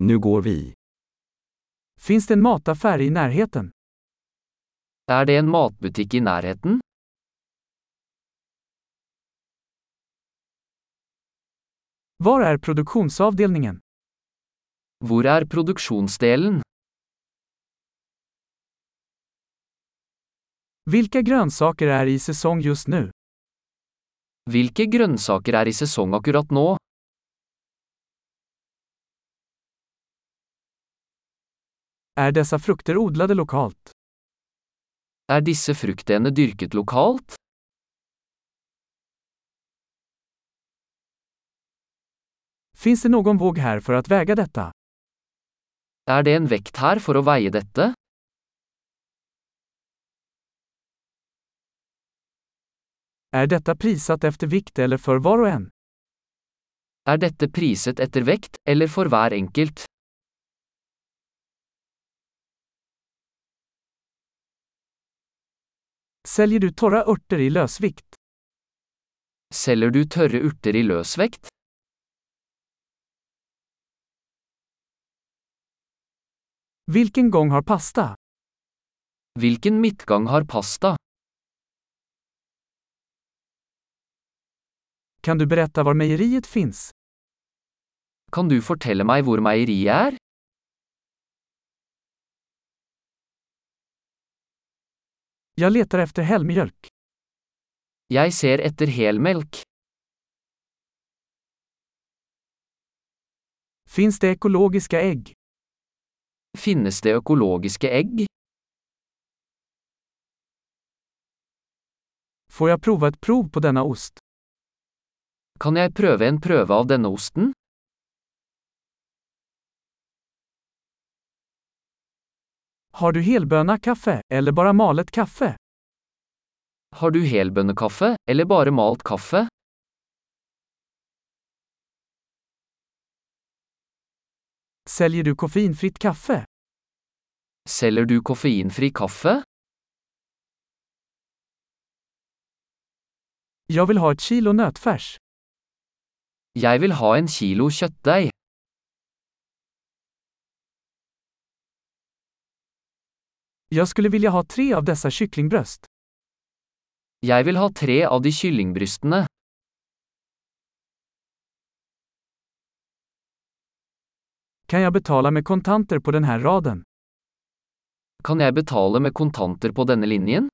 Nu går vi. Finns det en mataffär i närheten? Er det en matbutikk i nærheten? Var är produktionsavdelningen? Hvor er produksjonsdelen? Vilka grönsaker är i säsong just nu? Hvilke grønnsaker er i sesong akkurat nå? Är dessa frukter odlade lokalt? Er disse fruktene dyrket lokalt? Finns det någon våg här för att väga detta? Er det en vekt her for å veie dette? Är detta prissatt efter vikt eller för var och en? Er dette priset etter vekt, eller for hver enkelt? Säljer du torra örter i lösvikt? Selger du tørre urter i løsvekt? Vilken gång har pasta? Hvilken midtgang har pasta? Kan du berätta var mejeriet finns? Kan du fortelle meg hvor meieriet er? Jag letar efter helmjölk. Jeg ser etter helmelk. Finns det ekologiska ägg? Finnes det økologiske egg? Får jag prova ett prov på denna ost? Kan jeg prøve en prøve av denne osten? Har du helböna kaffe eller bara malet kaffe? Har du helbønnekaffe, eller bare malt kaffe? Säljer du koffeinfritt kaffe? Selger du koffeinfri kaffe? Jag vill ha ett kilo nötfärs. Jeg vil ha en kilo kjøttdeig. Jag skulle vilja ha tre av dessa kycklingbröst. Jeg vil ha tre av de kyllingbrystene. Kan jag betala med kontanter på den här raden? Kan jeg betale med kontanter på denne linjen?